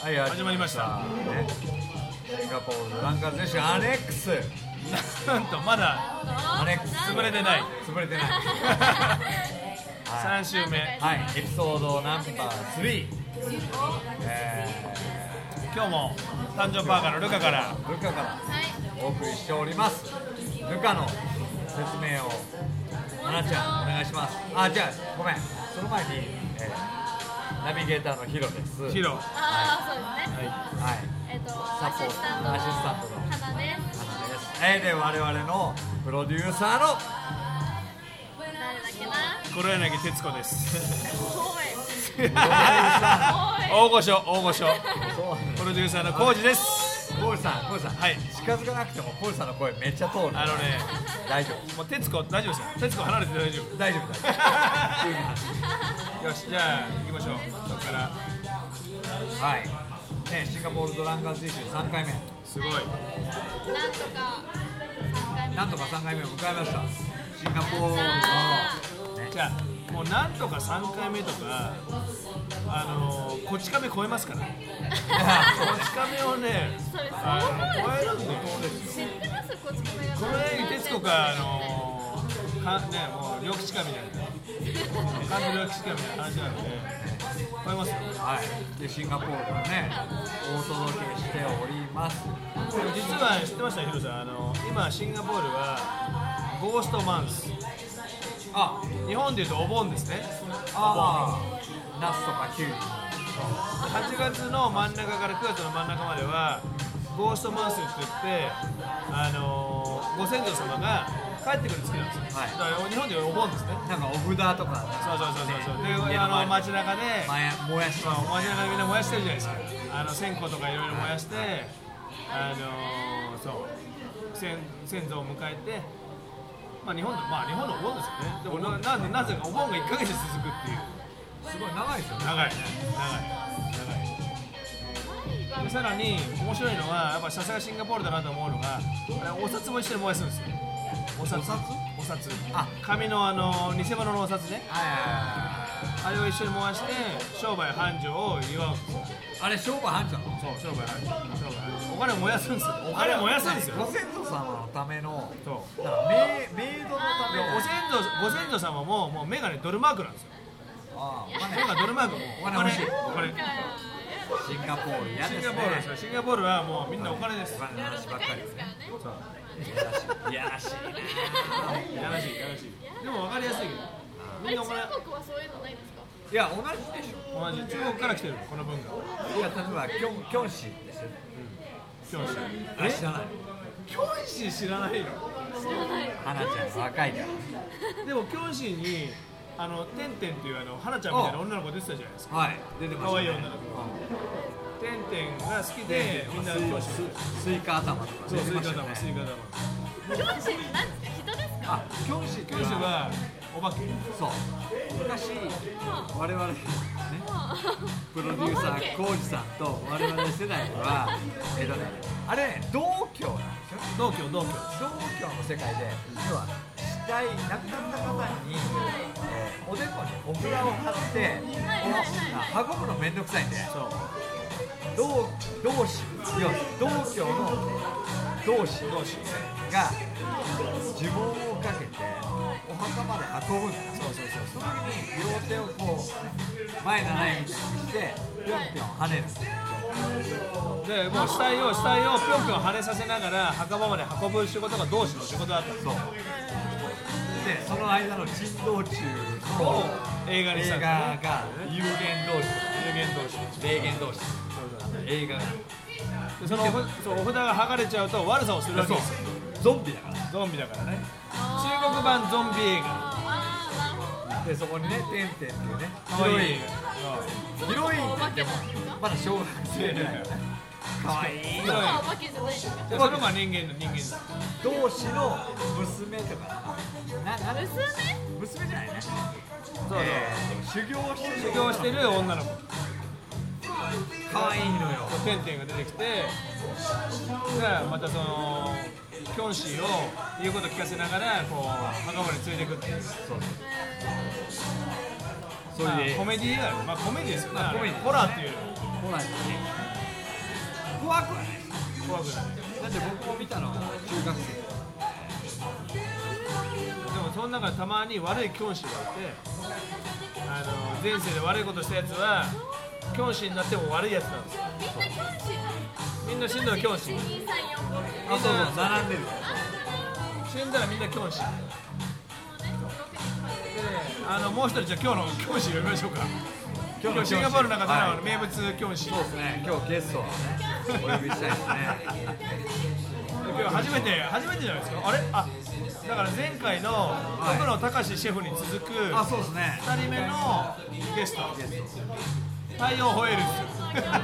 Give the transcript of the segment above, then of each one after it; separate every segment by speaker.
Speaker 1: はい、
Speaker 2: 始まりました
Speaker 1: ねシンガポールのランカー選手アレックス
Speaker 2: なんとまだ
Speaker 1: アレックス
Speaker 2: 潰れてない
Speaker 1: 潰れてないは
Speaker 2: 3週目
Speaker 1: い、はい、エピソードナンバー3、え
Speaker 2: 今日も誕生パーカーのルカから
Speaker 1: ー、ルカからお送りしておりますルカの説明をアナちゃんお願いしますあじゃあごめんその前に、えーナビゲーターのヒロです
Speaker 2: ヒロ
Speaker 3: ああ、そうですね。
Speaker 1: はい
Speaker 3: えっと、
Speaker 1: サ
Speaker 3: ア
Speaker 1: ポー
Speaker 3: シ
Speaker 1: ト
Speaker 3: スタントの
Speaker 1: アシスタントの
Speaker 3: 花です。
Speaker 1: 花ですえーで我々のプロデューサーの
Speaker 3: 誰だっけな。
Speaker 2: 黒柳徹子で す
Speaker 3: おい。
Speaker 2: 大御所大御
Speaker 1: そ
Speaker 2: 所
Speaker 1: う
Speaker 2: プロデューサーのコウジです
Speaker 1: ポールさん、ポールさん、
Speaker 2: はい
Speaker 1: 近づかなくてもポールさんの声めっちゃ通る。
Speaker 2: あのね
Speaker 1: 大丈
Speaker 2: もう徹子大丈夫ですよ徹子離れて大丈
Speaker 1: 夫、大丈夫、大丈
Speaker 2: 夫よしじゃあ行きましょうそこから
Speaker 1: 夫。はい。ね、シンガポールドランカー選手三回目、
Speaker 2: すごい
Speaker 3: なんとか三回目。
Speaker 1: なんとか三回目を迎えました。シンガポールの。
Speaker 2: じゃあもうなんとか3回目とかあのーこち亀超えますか らこち亀をね
Speaker 3: それ
Speaker 2: あの超えるんだよ
Speaker 3: 知ってますこち亀が。
Speaker 2: 黒柳徹子かあのーかねもう緑地かみたいな完全緑地かみたいな話なので超えますよ
Speaker 1: はい。で、シンガポールではね、お届けしております。
Speaker 2: でも実は知ってましたヒロさんあの今シンガポールはゴーストマンス
Speaker 1: あ、
Speaker 2: 日本でいうとお盆ですね
Speaker 1: ああ、ナスとかキュウリ。
Speaker 2: 8月の真ん中から9月の真ん中まではゴーストマンスって言って、あのーご先祖様が帰ってくる月なんですよ、
Speaker 1: はい
Speaker 2: だから日本でいうお盆ですね
Speaker 1: なんかお札とか、
Speaker 2: そうそうそうそうで
Speaker 1: 家
Speaker 2: あ
Speaker 1: の
Speaker 2: の
Speaker 1: 周
Speaker 2: 街中で
Speaker 1: り、まや、もやし
Speaker 2: ま
Speaker 1: は。
Speaker 2: あ、お街中でみんな燃やしてるじゃないですかあの線香とかいろいろ燃やして、あのーそう先先祖を迎えてまあ日本のまあ日本のお盆ですよねでもななんでなぜかお盆が1ヶ月続くっていう
Speaker 1: すごい長いですよね。
Speaker 2: 長いね長い長いでさらに面白いのはやっぱさすがシンガポールだなと思うのがあれお札も一緒に燃やすんですよお札
Speaker 1: お札
Speaker 2: お札
Speaker 1: あ
Speaker 2: 紙のあの偽物のお札ね
Speaker 1: はいはいはいは
Speaker 2: あれを一緒に燃やして商売繁盛を祝うんですよ
Speaker 1: い。あれ、商売繁盛なの。
Speaker 2: そう商売繁盛商売繁盛お金燃やすんですよお金燃やすんですよ
Speaker 1: ご先祖様のための
Speaker 2: そう
Speaker 1: だからメイメイドのた
Speaker 2: で
Speaker 1: めの
Speaker 2: お先祖ご先祖様ももう目がねドルマークなんですよ
Speaker 1: ああまあね
Speaker 2: 目がドルマークもう
Speaker 1: お金欲しい
Speaker 2: お金お金
Speaker 1: シンガポール嫌です
Speaker 2: シ
Speaker 1: ね
Speaker 2: ンガポールですよシンガポールはもうみんなお金です
Speaker 1: お金の話ばっかりですね
Speaker 2: そう
Speaker 1: いやらしい
Speaker 2: いやらしいいやらしいでも分かりやすいけどみんなお金
Speaker 3: 中国はそういうのないんですか。
Speaker 1: いや同じでし
Speaker 2: 同じ中国から来てるこの文化
Speaker 1: ょいや例えばキョンキョンシーですよね
Speaker 2: キョンシ
Speaker 1: あ知らない
Speaker 2: キョンシー知らないの
Speaker 3: 知らない。
Speaker 1: 花ちゃん若いから
Speaker 2: でもキョンシーにあのテンテンっていうあの花ちゃんみたいな女の子出てたじゃないですか
Speaker 1: はい出てました
Speaker 2: 可愛い女の子テンテンが好きでみんなキョンシー
Speaker 1: スイカ頭とか
Speaker 2: そう
Speaker 1: 出て
Speaker 2: スイ
Speaker 1: ました
Speaker 2: カ
Speaker 1: よ
Speaker 2: 玉
Speaker 1: ね
Speaker 2: スイカ
Speaker 3: 教師なん
Speaker 2: 玉
Speaker 3: ですか人ですか。
Speaker 1: あキョンシーって
Speaker 2: キ
Speaker 1: いう
Speaker 2: ョンシ
Speaker 1: の
Speaker 2: ー
Speaker 1: は
Speaker 2: はお化け
Speaker 1: そう昔我々ねプロデューサーコウジさんと我々世代はえっとねあれね同居なんですよね
Speaker 2: 同居同居
Speaker 1: 商業の世界で要は死体亡くなった方に、えーおでこにお札を貼って、
Speaker 3: はいはいはい
Speaker 1: 運ぶの面倒くさいんで
Speaker 2: そう
Speaker 1: 同同士要は同居の同士
Speaker 2: 同士
Speaker 1: が呪文をかけてお墓まで運ぶんだ
Speaker 2: そうそうそ
Speaker 1: そ
Speaker 2: う
Speaker 1: の時に両手をこう前がないみたいにしてぴょんぴょん跳ねる
Speaker 2: そうでもう死体を死体をぴょんぴょん跳ねさせながら墓場まで運ぶ仕事が同士の仕事だった
Speaker 1: そうでその間の珍道中
Speaker 2: を
Speaker 1: の
Speaker 2: 映画に
Speaker 1: 映
Speaker 2: した
Speaker 1: 画
Speaker 2: んだね
Speaker 1: が有限同士
Speaker 2: 有言同士
Speaker 1: 霊言同士映画が
Speaker 2: でそのおそうお札が剥がれちゃうと悪さをするわけですよ
Speaker 1: ゾンビだから
Speaker 2: ゾンビだからね中国版ゾンビ映
Speaker 3: あ
Speaker 2: 画
Speaker 3: あ、なるほど。
Speaker 1: でそこにね「てんてん」っていうね
Speaker 2: 可愛い映
Speaker 1: ヒロインヒロインって言ってもまだ小学生ぐらいのね可愛い
Speaker 2: 画うん
Speaker 3: お化けじゃないですか。
Speaker 2: でそれが人間の人間だ
Speaker 1: 同士の娘とかなな
Speaker 3: 娘？
Speaker 1: 娘じゃないね
Speaker 2: そうそう
Speaker 1: えー修行してる
Speaker 2: 修行してる女の子
Speaker 1: 可愛いのよ
Speaker 2: テンテンが出てきてがまたそのキョンシーを言うこと聞かせながらこう墓場に連れてくっていう
Speaker 1: そうそ
Speaker 2: まあ
Speaker 1: れで
Speaker 2: コメディーだよねまあコメディーですよね
Speaker 1: まあコメディー
Speaker 2: ホラーっていうより
Speaker 1: ほらね怖くはない
Speaker 2: 怖くない
Speaker 1: だって僕も見たのは中学生
Speaker 2: でもその中でたまに悪い教師がいてあの前世で悪いことしたやつは教師になっても悪いやつなんですよ
Speaker 3: みんな教師
Speaker 2: みんな死んだら教師
Speaker 3: 1 2 3 4 5
Speaker 1: あそうそう並んでる
Speaker 2: 死んだらみんな教師であのもう一人じゃあ今日の教師呼びましょうか今日シンガポールの中で
Speaker 1: は
Speaker 2: の名物教師、
Speaker 1: いそうですね今日ゲストをねお呼びしたいですね
Speaker 2: 今日初めて初めてじゃないですかあれあだから前回の
Speaker 1: い
Speaker 2: 僕の高橋シェフに続く
Speaker 1: あ
Speaker 2: 2
Speaker 1: そうですね
Speaker 2: 人目のゲスト
Speaker 1: ゲス
Speaker 2: 太陽ホエール
Speaker 1: トな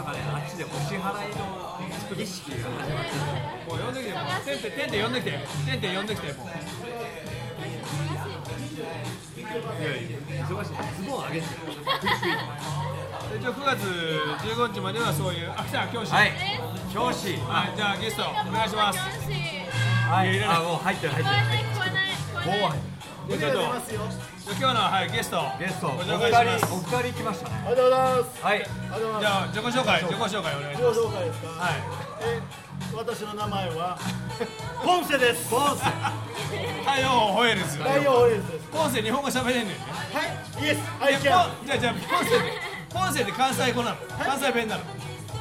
Speaker 1: んかねあっちでお支払いの儀式が始まって
Speaker 2: ズもう呼んできてもうテンテテンテ呼んできてテンテ呼んできてもう
Speaker 1: いやいや忙しいズボン上げて
Speaker 2: で一応9月15日まではそういうあ来た教師
Speaker 1: はい教師
Speaker 2: はいじゃあゲストお願いします
Speaker 3: 教師
Speaker 1: はい
Speaker 2: いやいらない
Speaker 1: あもう入ってる入
Speaker 3: 聞こえない聞こえない聞こえない
Speaker 1: ってるもう
Speaker 2: でちょっと今日のはいゲスト
Speaker 1: ゲストお
Speaker 2: ご
Speaker 1: 二
Speaker 2: 紹介します
Speaker 1: 人お二人来ましたね
Speaker 4: ありがとうございます。
Speaker 1: はい
Speaker 4: ありがとうござ
Speaker 2: じ
Speaker 4: います。
Speaker 2: ゃあ自己紹介自己紹介お願いし
Speaker 4: 自己
Speaker 2: ます
Speaker 4: 紹介ですか。
Speaker 2: はい
Speaker 4: え、私の名前はポンセです。ポンセ。
Speaker 2: 太陽ホエールズ
Speaker 4: 太陽ホエールズです。
Speaker 2: ポンセ日本語喋れんねんね
Speaker 4: はい。イエス。
Speaker 2: い
Speaker 4: アイ
Speaker 2: や
Speaker 4: キャン。
Speaker 2: ポンじゃあじゃあポンセポンセって関西語なの関西弁なの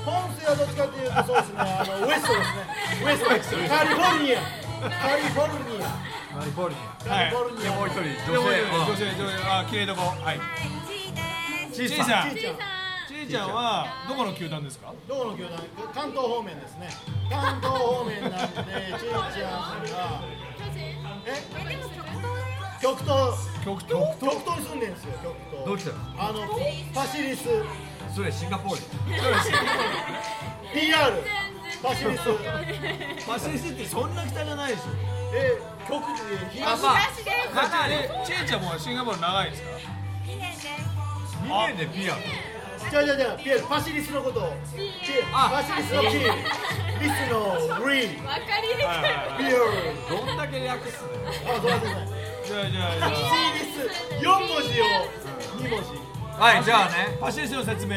Speaker 4: ポンセはどっちかというとそうですね。あのウエストですね。ウエストです。カリフォルニア。カリフォルニア。
Speaker 1: カリフォルニ
Speaker 4: カリフォルニ
Speaker 1: ア
Speaker 4: ア。
Speaker 1: もう一人
Speaker 2: 女
Speaker 1: 女性
Speaker 2: 性女性女性あ綺麗とこはいちい
Speaker 1: ちい
Speaker 2: さ
Speaker 1: さ
Speaker 2: ん
Speaker 4: ちいちゃん。
Speaker 2: ちいちゃんはどこの球団ですか
Speaker 4: どこの球団？関東方面ですね。関東方面なんでちいちゃんがえ極東
Speaker 2: 極東
Speaker 4: 極東に住んでるんですよ。極東。
Speaker 1: どうしたの
Speaker 4: あのパシリス
Speaker 1: それシンガポール
Speaker 4: PR パシリス
Speaker 2: パシリスってそんな北じゃないでしょ
Speaker 4: え極地
Speaker 1: あ
Speaker 4: 東
Speaker 1: まあ
Speaker 2: かなりちいちゃんもシンガポール長いですか
Speaker 1: 2年で PR
Speaker 4: じゃあじゃあじゃあピエールパシリスのことをピエール
Speaker 1: あ
Speaker 4: パシリスのピーリスのリー
Speaker 3: わかりにくい
Speaker 2: はいはいはい
Speaker 4: ピエール
Speaker 1: どんだけ略すの
Speaker 4: あごめんなさい
Speaker 2: じゃあじゃあじゃあ
Speaker 4: パシリス四文字を二文字
Speaker 1: はいじゃあね
Speaker 2: パシリスの説明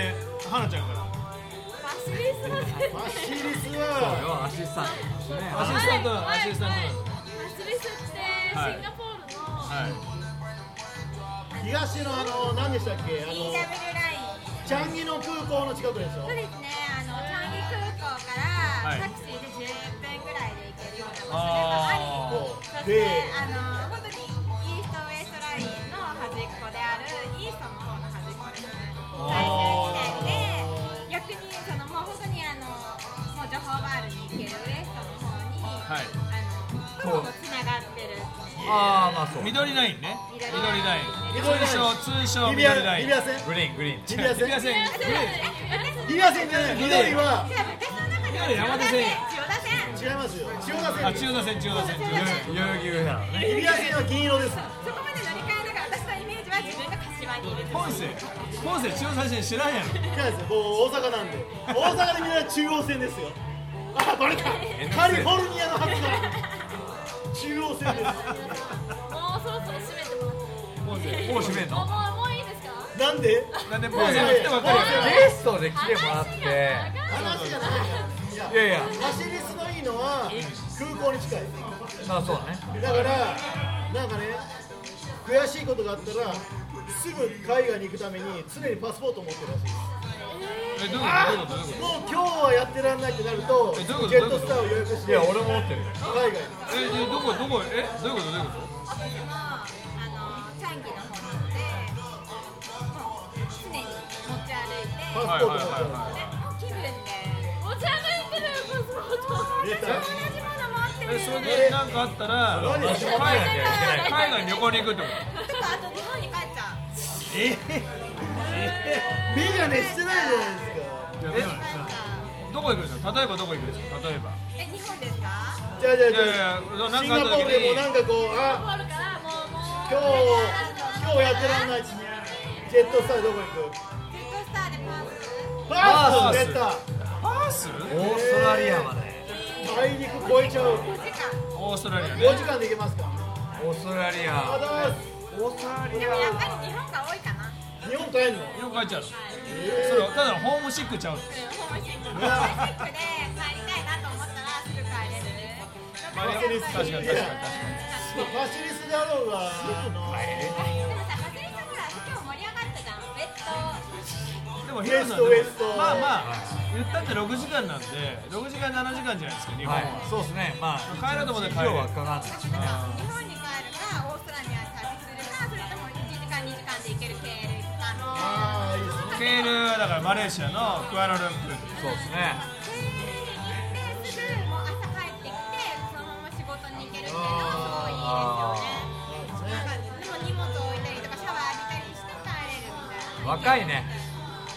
Speaker 2: 花ちゃんから
Speaker 3: パシリスの先
Speaker 4: パシリ
Speaker 3: 生
Speaker 4: ス
Speaker 1: そう
Speaker 4: は
Speaker 1: よアシスタントですね
Speaker 2: アシスタントアシスタン
Speaker 3: パシリスってシンガポールの、
Speaker 2: トはい
Speaker 4: 東のあの何でしたっけあの
Speaker 5: EW ライン
Speaker 4: チャンギの空港の近くでしょ
Speaker 5: そうですね、あのチャンギ空港からタクシーで10分ぐらいで行けるような場所
Speaker 2: あ
Speaker 5: でもあり、そし
Speaker 4: で
Speaker 5: てあの本当にイーストウエストラインの端っこであるイーストの方の端っこですね。最終地点で逆にそのもう本当にあのもう情報バールに行けるウエストの方に、
Speaker 2: はい
Speaker 5: あのほぼつながってる。
Speaker 1: ああまあそう
Speaker 2: ー緑ラインね緑
Speaker 5: 緑
Speaker 2: ライン
Speaker 4: 緑ライン
Speaker 2: 通称通称
Speaker 4: 日比
Speaker 2: 緑
Speaker 4: 谷
Speaker 2: ライン
Speaker 4: 日比谷線
Speaker 1: グリーングリーン
Speaker 4: 日比谷
Speaker 2: 日比谷
Speaker 4: 線
Speaker 2: 線
Speaker 5: え
Speaker 4: 日比谷線じゃない緑は
Speaker 5: じゃあ私の中では
Speaker 2: 緑山手線
Speaker 5: 千代田線。
Speaker 4: 違いますよ千代田線
Speaker 2: あ千代田線千代田線千代田線
Speaker 1: 代々木上原のね
Speaker 4: 日比谷線は銀色です
Speaker 5: そこまで乗り換えながら私のイメージは自分が柏にいる
Speaker 2: 本性本性千代田線知らんやろ
Speaker 4: いやですよ、もう大阪なんで、大阪でみんな中央線ですよ。あ、バレた。カリフォルニアの発音。中央線です。
Speaker 3: もうそろそろ閉めても
Speaker 2: ポンセ
Speaker 1: もう閉めん
Speaker 3: ら
Speaker 1: の
Speaker 3: もうもういいですか
Speaker 4: なんで？
Speaker 2: なんでポンセが来てばっかりやから
Speaker 1: ゲストで来てもらって
Speaker 4: 話がない。いや
Speaker 1: い、やいや
Speaker 4: ファシリスのいいのは空港に近い。
Speaker 1: まあそうだね
Speaker 4: だからなんかね、悔しいことがあったら。すぐ海外に行くために常にパスポートを持ってるらしいです
Speaker 2: えどういうことどういうこと
Speaker 4: もう今日はやってらんないってなると
Speaker 2: えどういうこと
Speaker 4: ジェットスターを予約し
Speaker 1: い
Speaker 4: て
Speaker 1: や
Speaker 4: 海
Speaker 1: 俺も持ってるよ
Speaker 2: えでどこ
Speaker 4: 外に
Speaker 2: どこえどういうことどういうこ
Speaker 5: 私もあのチャンギの方なのでもう常に持ち歩いて
Speaker 4: パ
Speaker 2: とはい
Speaker 4: スポ
Speaker 2: は
Speaker 4: ートを持
Speaker 2: いは
Speaker 5: でもう気
Speaker 4: ってる
Speaker 3: お茶抜いてるパスポート
Speaker 5: 分で
Speaker 4: 出た
Speaker 5: 同じも
Speaker 2: い
Speaker 5: の持って
Speaker 2: え
Speaker 5: る
Speaker 2: それでなんかあったら
Speaker 1: 同じものやんなきゃいけない
Speaker 2: 海外に旅行に行くってこ
Speaker 5: ちょっとあと日本に帰っちゃう
Speaker 4: メガネしてないじゃないですか
Speaker 2: とえど
Speaker 5: 帰っちゃう
Speaker 2: こ行くんですか例えばどこ行くんですか例えば
Speaker 5: え日本ですか
Speaker 4: じゃあじゃ
Speaker 2: い
Speaker 4: あじ
Speaker 2: やい
Speaker 4: ゃ
Speaker 2: や
Speaker 4: あ
Speaker 2: なん
Speaker 4: シン
Speaker 2: かあ
Speaker 4: ガ
Speaker 2: った時に
Speaker 4: ポールでもなんかこうあ
Speaker 3: あるからもうもう
Speaker 4: 今日今日やってらんないジェットスターどこ行く
Speaker 5: ジェットスターでパ
Speaker 2: パー
Speaker 5: ース
Speaker 4: パー
Speaker 2: ス
Speaker 4: ス
Speaker 1: オ
Speaker 2: パース
Speaker 4: 出た
Speaker 1: ーストラリアまで
Speaker 4: 大陸越えちゃう
Speaker 5: 5時間
Speaker 2: オーストラリアね
Speaker 4: 5時間で行けますか
Speaker 1: オーストラリ
Speaker 4: あ
Speaker 1: ア
Speaker 4: だ
Speaker 1: オーストラリ
Speaker 5: でもやっぱり日本が多いかな
Speaker 4: 日本帰んの
Speaker 2: よく帰っちゃう
Speaker 4: え
Speaker 2: それただろうホームシックちゃう
Speaker 3: ホームシック
Speaker 5: ホームシックで帰りたいなと思ったらすぐ帰れる。バ
Speaker 2: まあでも確かに確かに確か
Speaker 4: バシリスだろうがあの
Speaker 5: でもさ、バスリさんほら、今日盛り上がったじゃん。ベッド。
Speaker 2: にでもヒロさんでも
Speaker 4: ウエストウエスト
Speaker 2: まあまあ言ったって6時間なんで6時間7時間じゃないですか日本
Speaker 1: は
Speaker 2: は、
Speaker 1: い、そうですね、まあ、
Speaker 2: 帰ろうと思ったら帰れ
Speaker 1: 今日
Speaker 2: る
Speaker 1: はかかんない。
Speaker 5: 日本に帰るか、オーストラリアに旅するか、それとも1時間2時間で行ける経路行くかの。
Speaker 4: ああいいですね
Speaker 2: ケールはだからマレーシアのクアラルンプール
Speaker 1: そうですね。
Speaker 5: 経路行ってすぐもう朝帰ってきて、そのまま仕事に行けるっていうのはすごいいいですよね。なんかでも荷物置いたりとかシャワー浴びたりして帰れるみたいな。
Speaker 1: 若いね。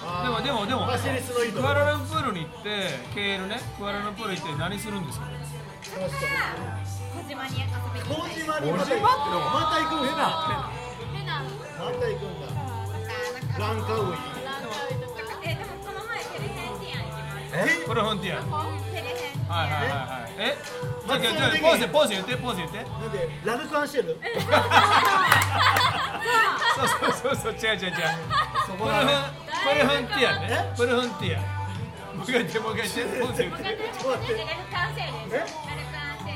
Speaker 2: でもでもでも
Speaker 4: バシリスのいいと
Speaker 2: ク
Speaker 4: こ
Speaker 2: ア
Speaker 4: ろ
Speaker 2: ラルンプールに行ってケールねクアラルンプール行って何するんですか
Speaker 5: そしたら小島に遊びに行ったり
Speaker 4: 麹島に
Speaker 1: 俺
Speaker 4: ま
Speaker 1: 待
Speaker 4: た
Speaker 1: ってる
Speaker 4: 行くまた行くん
Speaker 1: ペ
Speaker 4: です
Speaker 1: ナ、
Speaker 3: 変な
Speaker 4: また行くんだ
Speaker 5: とか、なんか。
Speaker 4: ランカウイ
Speaker 3: ランチャーとか
Speaker 5: えでもこの前テレヘンティ
Speaker 1: ペナ。
Speaker 5: アン行きまし
Speaker 1: え、
Speaker 2: これフォンティア
Speaker 5: た。テレヘンティ
Speaker 2: はいはいはい
Speaker 5: アン。
Speaker 2: はいえじゃあじゃあじゃあポーズポーズ言ってポーズ言って
Speaker 4: なんでラルクアンシェル
Speaker 2: そうそうそうそう違う違う違う
Speaker 1: そ
Speaker 2: こ
Speaker 1: こ
Speaker 2: れ
Speaker 1: だ
Speaker 2: フ
Speaker 1: ね。
Speaker 2: ンこれフンティアねこれフンティアもう一回言ってもう一回言ってポーズ言っ
Speaker 3: 僕
Speaker 2: て
Speaker 3: はね
Speaker 4: ちょっと待って
Speaker 3: ラルクアンセイです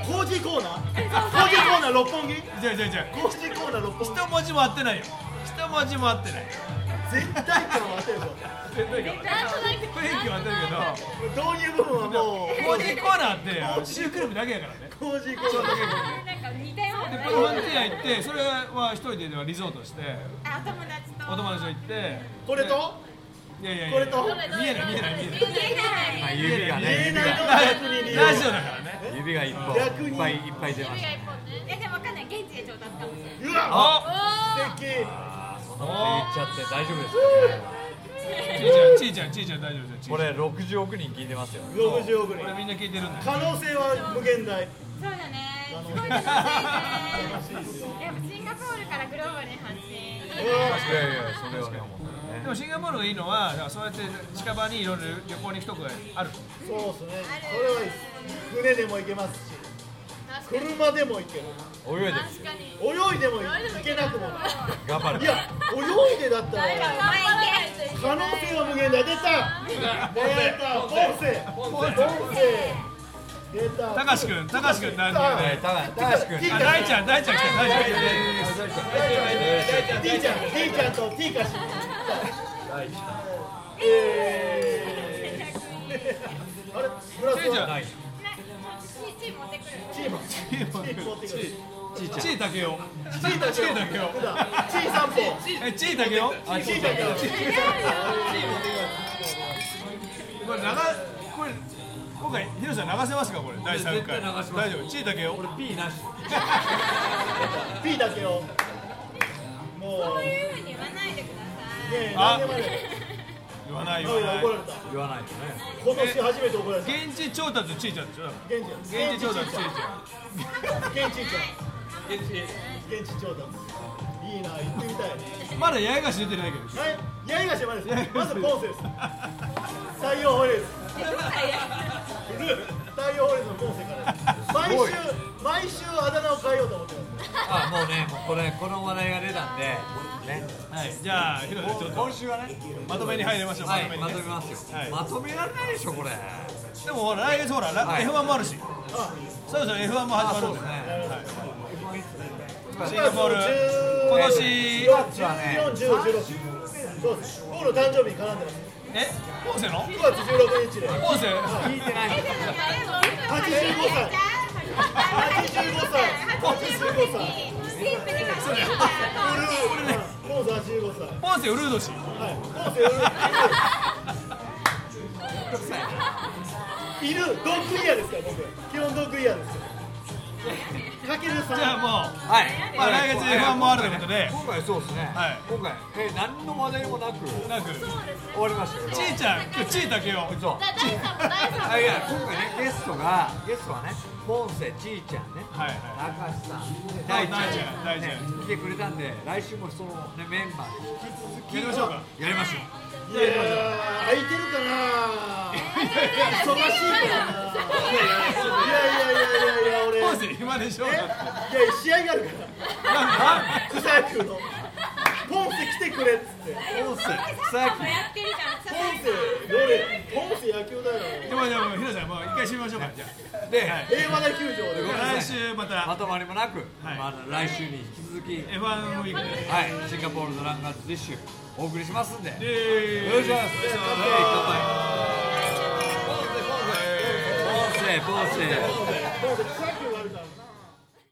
Speaker 5: マルカンセ
Speaker 4: 麹コーナー麹コーナー六本木
Speaker 2: じゃあじゃあじゃあ
Speaker 4: 麹コーナー六本木
Speaker 2: 一文字も合ってないよ一文字も合ってない
Speaker 4: 絶対感は当てるぞ
Speaker 2: 雰囲気は合ってるけど
Speaker 4: 導入部分はもう
Speaker 2: コージーコーナーってあのシュークリームだけやからね
Speaker 4: 麹コーナー
Speaker 3: なんか似たよう
Speaker 2: で
Speaker 3: な
Speaker 2: これワンティア行ってそれは一人でリゾートして
Speaker 5: あお友達と。
Speaker 2: お友達と行って
Speaker 4: これと
Speaker 2: いやいやいや
Speaker 4: これと
Speaker 2: 見えない見えない見えない
Speaker 5: 見えない。
Speaker 1: まあ、指が
Speaker 4: 見
Speaker 1: ね、
Speaker 4: え
Speaker 1: 指
Speaker 4: ないの
Speaker 1: が、
Speaker 4: が逆に理由
Speaker 2: ラジオだからね
Speaker 1: 指が一本、
Speaker 4: 逆に
Speaker 1: いっぱいいっぱい出ま
Speaker 3: 指
Speaker 1: し
Speaker 3: が一本ね
Speaker 5: えでもわかんない現地で調達かもしれない。
Speaker 4: うわ
Speaker 2: あ
Speaker 4: 素敵
Speaker 1: た。そんなこと言っちゃって大丈夫ですかね。
Speaker 2: ちいちゃんちいちゃんちいちゃん大丈夫ですよ
Speaker 1: これ六十億人聞いてますよ。
Speaker 4: 60
Speaker 2: こ
Speaker 4: 億人
Speaker 2: れみんな聞いてるんだよ
Speaker 4: 可能性は無限大
Speaker 5: そうだね。
Speaker 4: 楽
Speaker 5: す
Speaker 4: しい
Speaker 5: ごい楽しいね。やっぱシンガポールからグローバルに発信。
Speaker 1: いやいや、それはね、思う
Speaker 2: で
Speaker 1: ね。
Speaker 2: もシンガポールがいいのはだからそうやって近場にいろいろ旅行に行くとこがある
Speaker 4: そうですねそれはいいっす船でも行けますし車でも行ける
Speaker 1: 泳いでます
Speaker 3: 確。かに
Speaker 4: 泳いでも行けなくもない
Speaker 1: 頑張る
Speaker 4: い。や泳いでだったら
Speaker 3: 頑張らないといけない
Speaker 4: 可能性は無限大出た出たポンセポンセ出た
Speaker 2: たかし君たかし君何人
Speaker 1: えー、ただ、たかしくん。
Speaker 4: いい
Speaker 2: あ
Speaker 4: から
Speaker 2: 大ちゃん大ちゃん来た大ちゃん来た
Speaker 4: ティーちゃんティーちゃんとティーカシえーあれブラス
Speaker 2: ちいちゃん
Speaker 4: は
Speaker 1: ない。
Speaker 5: チー持ってくる。
Speaker 4: チームチーム持ってくる
Speaker 2: ちいちいたけよ
Speaker 4: チーだけ
Speaker 2: ち
Speaker 4: よ
Speaker 2: いたけよ
Speaker 4: 普段チー散歩
Speaker 2: えちいたけよあ
Speaker 4: チーだけよ
Speaker 2: これ流これ今回ヒロさん流せますかこれ第三回大丈夫ちいたけよ俺ピーなし
Speaker 4: P だけよもう
Speaker 5: そう
Speaker 4: ね
Speaker 5: いう風に言わないでください。
Speaker 4: え何年まで
Speaker 2: 言わない
Speaker 4: あ
Speaker 2: 言わない
Speaker 4: 怒られた
Speaker 1: 言わないとね。
Speaker 4: 今年初めて怒られた
Speaker 2: 現地調達ちいちゃんでしょだか
Speaker 4: 現地
Speaker 2: ら現地調達ちいちゃん
Speaker 4: 現地調現地調達いいな行ってみたい
Speaker 2: まだ八重樫出てないけど。
Speaker 4: はい八重樫までですまずポンセです採用法律採用法律のポンセからです毎週毎週あだ名を変えようと思ってます
Speaker 1: あ、もうね、もうこれ、この話題が出たんで。ね。
Speaker 2: はい、じゃあ、ひろちょっと
Speaker 1: 今週はね。
Speaker 2: まとめに入りましょう。
Speaker 1: はい、
Speaker 2: ま
Speaker 1: ま
Speaker 2: と
Speaker 1: とめ
Speaker 2: めにね。
Speaker 1: ますよ、
Speaker 2: はい
Speaker 1: まとめられないでしょこれ
Speaker 2: でも、ほら、来月ほら、ら
Speaker 1: はい
Speaker 2: F1 もあるし。
Speaker 4: あ
Speaker 2: そろそろ F1 も始まるんで。シン
Speaker 4: 今
Speaker 2: ガポール。今年。
Speaker 1: 月はね
Speaker 4: 14、16そうです僕の誕生日に絡んでます
Speaker 2: え、ポーセの。
Speaker 4: 9月16日で
Speaker 2: ポーセ。
Speaker 1: 聞いてない
Speaker 5: えでもさでも
Speaker 4: 85歳85歳
Speaker 5: 85歳。ステップにかけるんだ。
Speaker 4: ポンセ85歳
Speaker 2: ポーセウルード氏。
Speaker 4: はい、ポンセウルいるドッグイヤーですから僕基本ドッグイヤーですよかけるさん
Speaker 2: じゃあ、もう。
Speaker 1: はい、
Speaker 2: まあ来月 F1 もあるということで
Speaker 1: 今回そうですね、
Speaker 2: はい
Speaker 1: 今回え何の話題もなく終
Speaker 2: なんか。
Speaker 1: わりましたけど
Speaker 2: ちいちゃん、今日ちいたけよ。
Speaker 1: そう
Speaker 3: だ第三も第三も
Speaker 1: あいや今回ねゲストがゲストはねポンセちいちゃんね
Speaker 2: はいはい
Speaker 1: 高橋さんで大ち
Speaker 2: 大ちゃ
Speaker 1: ゃん
Speaker 2: ん大ちゃん
Speaker 1: ね、来てくれたんで来週もその、ね、メンバーで
Speaker 2: やりましょうか。
Speaker 1: やりましょう
Speaker 4: いや空いてるかな忙しいからないやいやいやいやいや俺
Speaker 2: ポ
Speaker 4: い
Speaker 2: ーセ暇でしょ。なんか。
Speaker 4: や試合があるから草野球のポンセ来てくれっつって
Speaker 1: ポンセ
Speaker 5: サッカーもやってるじゃん。
Speaker 4: ポンセ
Speaker 2: もうじゃあもうヒロさんもう一回締めましょうかじゃ
Speaker 1: で、
Speaker 2: はい
Speaker 4: 平和な球場で
Speaker 2: あ来週ま
Speaker 1: ま
Speaker 2: た
Speaker 1: とまりもなく、
Speaker 2: はい
Speaker 1: また来週に引き続き、
Speaker 2: F1 ウィークで
Speaker 1: はい、シンガポールのランガーズディッシュお送りしますんで、よ
Speaker 2: えー
Speaker 1: ろしくお願いします。乾杯。ポーズポーズポーズポーズ
Speaker 4: どうぞ草野球があるから